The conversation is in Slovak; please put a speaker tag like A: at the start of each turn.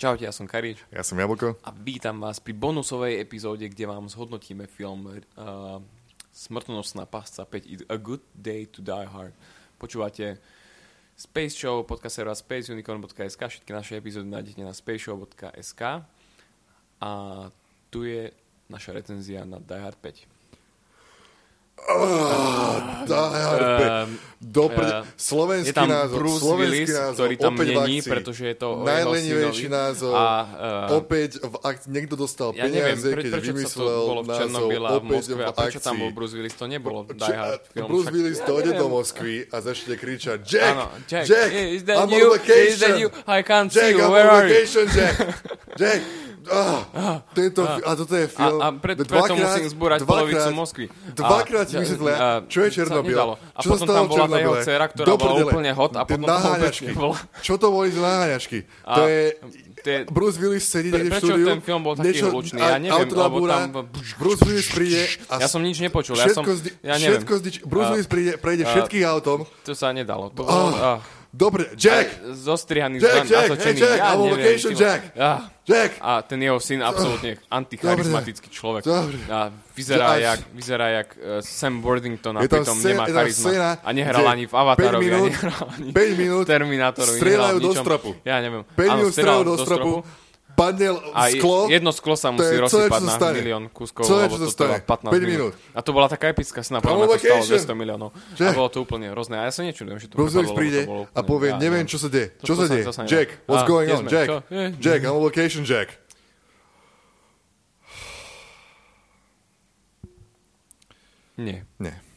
A: Čaute, ja som Karič
B: Ja som Jablko.
A: a vítam vás pri bonusovej epizóde, kde vám zhodnotíme film uh, Smrtonosná pasca 5 It- A Good Day to Die Hard. Počúvate Space Show, podcast servera spaceunicorn.sk, všetky naše epizódy nájdete na spaceshow.sk a tu je naša recenzia na Die Hard 5.
B: Uh,
A: Ehm,
B: Dobre,
A: eh, je
B: slovenský
A: tam
B: názov,
A: Bruce
B: slovenský
A: Willis,
B: názov,
A: ktorý tam
B: opäť v
A: není,
B: akcii.
A: pretože je to o jeho
B: Najlenivejší
A: synovi.
B: názov,
A: A, eh,
B: opäť v akcii, niekto dostal
A: Ja neviem,
B: peniaze,
A: pre,
B: keď
A: prečo sa to
B: vymyslel
A: bolo v
B: názov
A: Černobyle a v
B: opäť
A: Moskve
B: v
A: a prečo tam
B: akcii.
A: bol Bruce Willis, to nebolo v
B: Čo-
A: Die Hard film.
B: Bruce
A: však-
B: Willis
A: Ja
B: dojde
A: neviem.
B: do Moskvy a začne kričať Jack,
A: Áno, Jack,
B: Jack,
A: is that
B: I'm on
A: you? Is that
B: vacation,
A: you? I can't see
B: Jack,
A: you,
B: I'm
A: where
B: on
A: are you?
B: vacation, Jack, Jack, ah, tento, fi- a toto je
A: A,
B: film,
A: a pred, preto
B: dvakrát-
A: musím zbúrať polovicu
B: dvakrát-
A: Moskvy.
B: Dvakrát
A: A-
B: si myslela,
A: a-
B: čo je Černobyl.
A: sa nedalo. A
B: čo sa
A: potom
B: stalo
A: tam
B: v
A: bola tá jeho
B: Černobyle?
A: dcera, ktorá
B: Do
A: bola
B: prdele.
A: úplne hot a
B: Tie
A: potom tam vôbec
B: naháňačky.
A: nebola.
B: Čo to boli za naháňačky? To
A: A-
B: je...
A: to je-
B: Bruce Willis sedí
A: Pre,
B: niekde v
A: prečo
B: štúdiu.
A: ten film bol taký
B: niečo-
A: hlučný?
B: a-
A: Ja neviem,
B: auto
A: lebo
B: nabúra,
A: tam...
B: Bruce Willis príde a
A: Ja som nič nepočul, ja som...
B: všetko, zdi-
A: Ja neviem,
B: všetko zdi- Bruce
A: A-
B: Willis príde,
A: a-
B: prejde všetkých autom.
A: to sa nedalo. To bolo, ah,
B: Ah, Dobre, Jack!
A: zostrihaný zdan,
B: Jack, Jack,
A: natočený,
B: hey, Jack,
A: ja
B: I'm on
A: neviem.
B: vacation,
A: ty vole.
B: Jack.
A: Ah.
B: Jack!
A: A ten jeho syn absolútne anticharizmatický človek.
B: Dobre.
A: A vyzerá
B: Až-
A: jak, vyzerá jak eh, Sam Worthington a
B: Je tam
A: pritom
B: scéna-
A: nemá
B: je tam
A: charizma.
B: scéna,
A: a nehral
B: kde
A: ani v Avatarovi,
B: päť
A: a
B: minút-
A: nehral ani
B: päť minút
A: v Terminátorovi.
B: strieľajú
A: nehral v
B: do
A: ničom.
B: strapu.
A: Ja neviem. Áno,
B: Pevnil
A: strieľal
B: strelu do stropu, padne
A: a je-
B: sklo.
A: jedno sklo sa
B: to
A: musí
B: je celé,
A: rozsypať
B: čo sa
A: na
B: stane.
A: milión kuskov,
B: Celé,
A: lebo
B: čo sa
A: to trvá
B: stane.
A: 15
B: Päť
A: minút.
B: minút.
A: A to bola taká epická sna, podľa
B: Tam
A: mňa to stalo
B: vacation.
A: 200 miliónov. A
B: Jack.
A: bolo to úplne hrozné. A ja sa nečudujem, že to
B: Bruce Willis
A: prepadlo, lebo to
B: príde
A: bolo
B: a
A: úplne-
B: povie,
A: ja
B: neviem, čo sa deje.
A: To-
B: Čo
A: to
B: sa
A: sa-
B: deje?
A: to sa nedá.
B: Jack,
A: A,
B: what's going
A: kde
B: on?
A: sme?
B: Jack,
A: Čo? Eh.
B: Jack, I'm on vacation, Jack.
A: Nie.
B: Nie.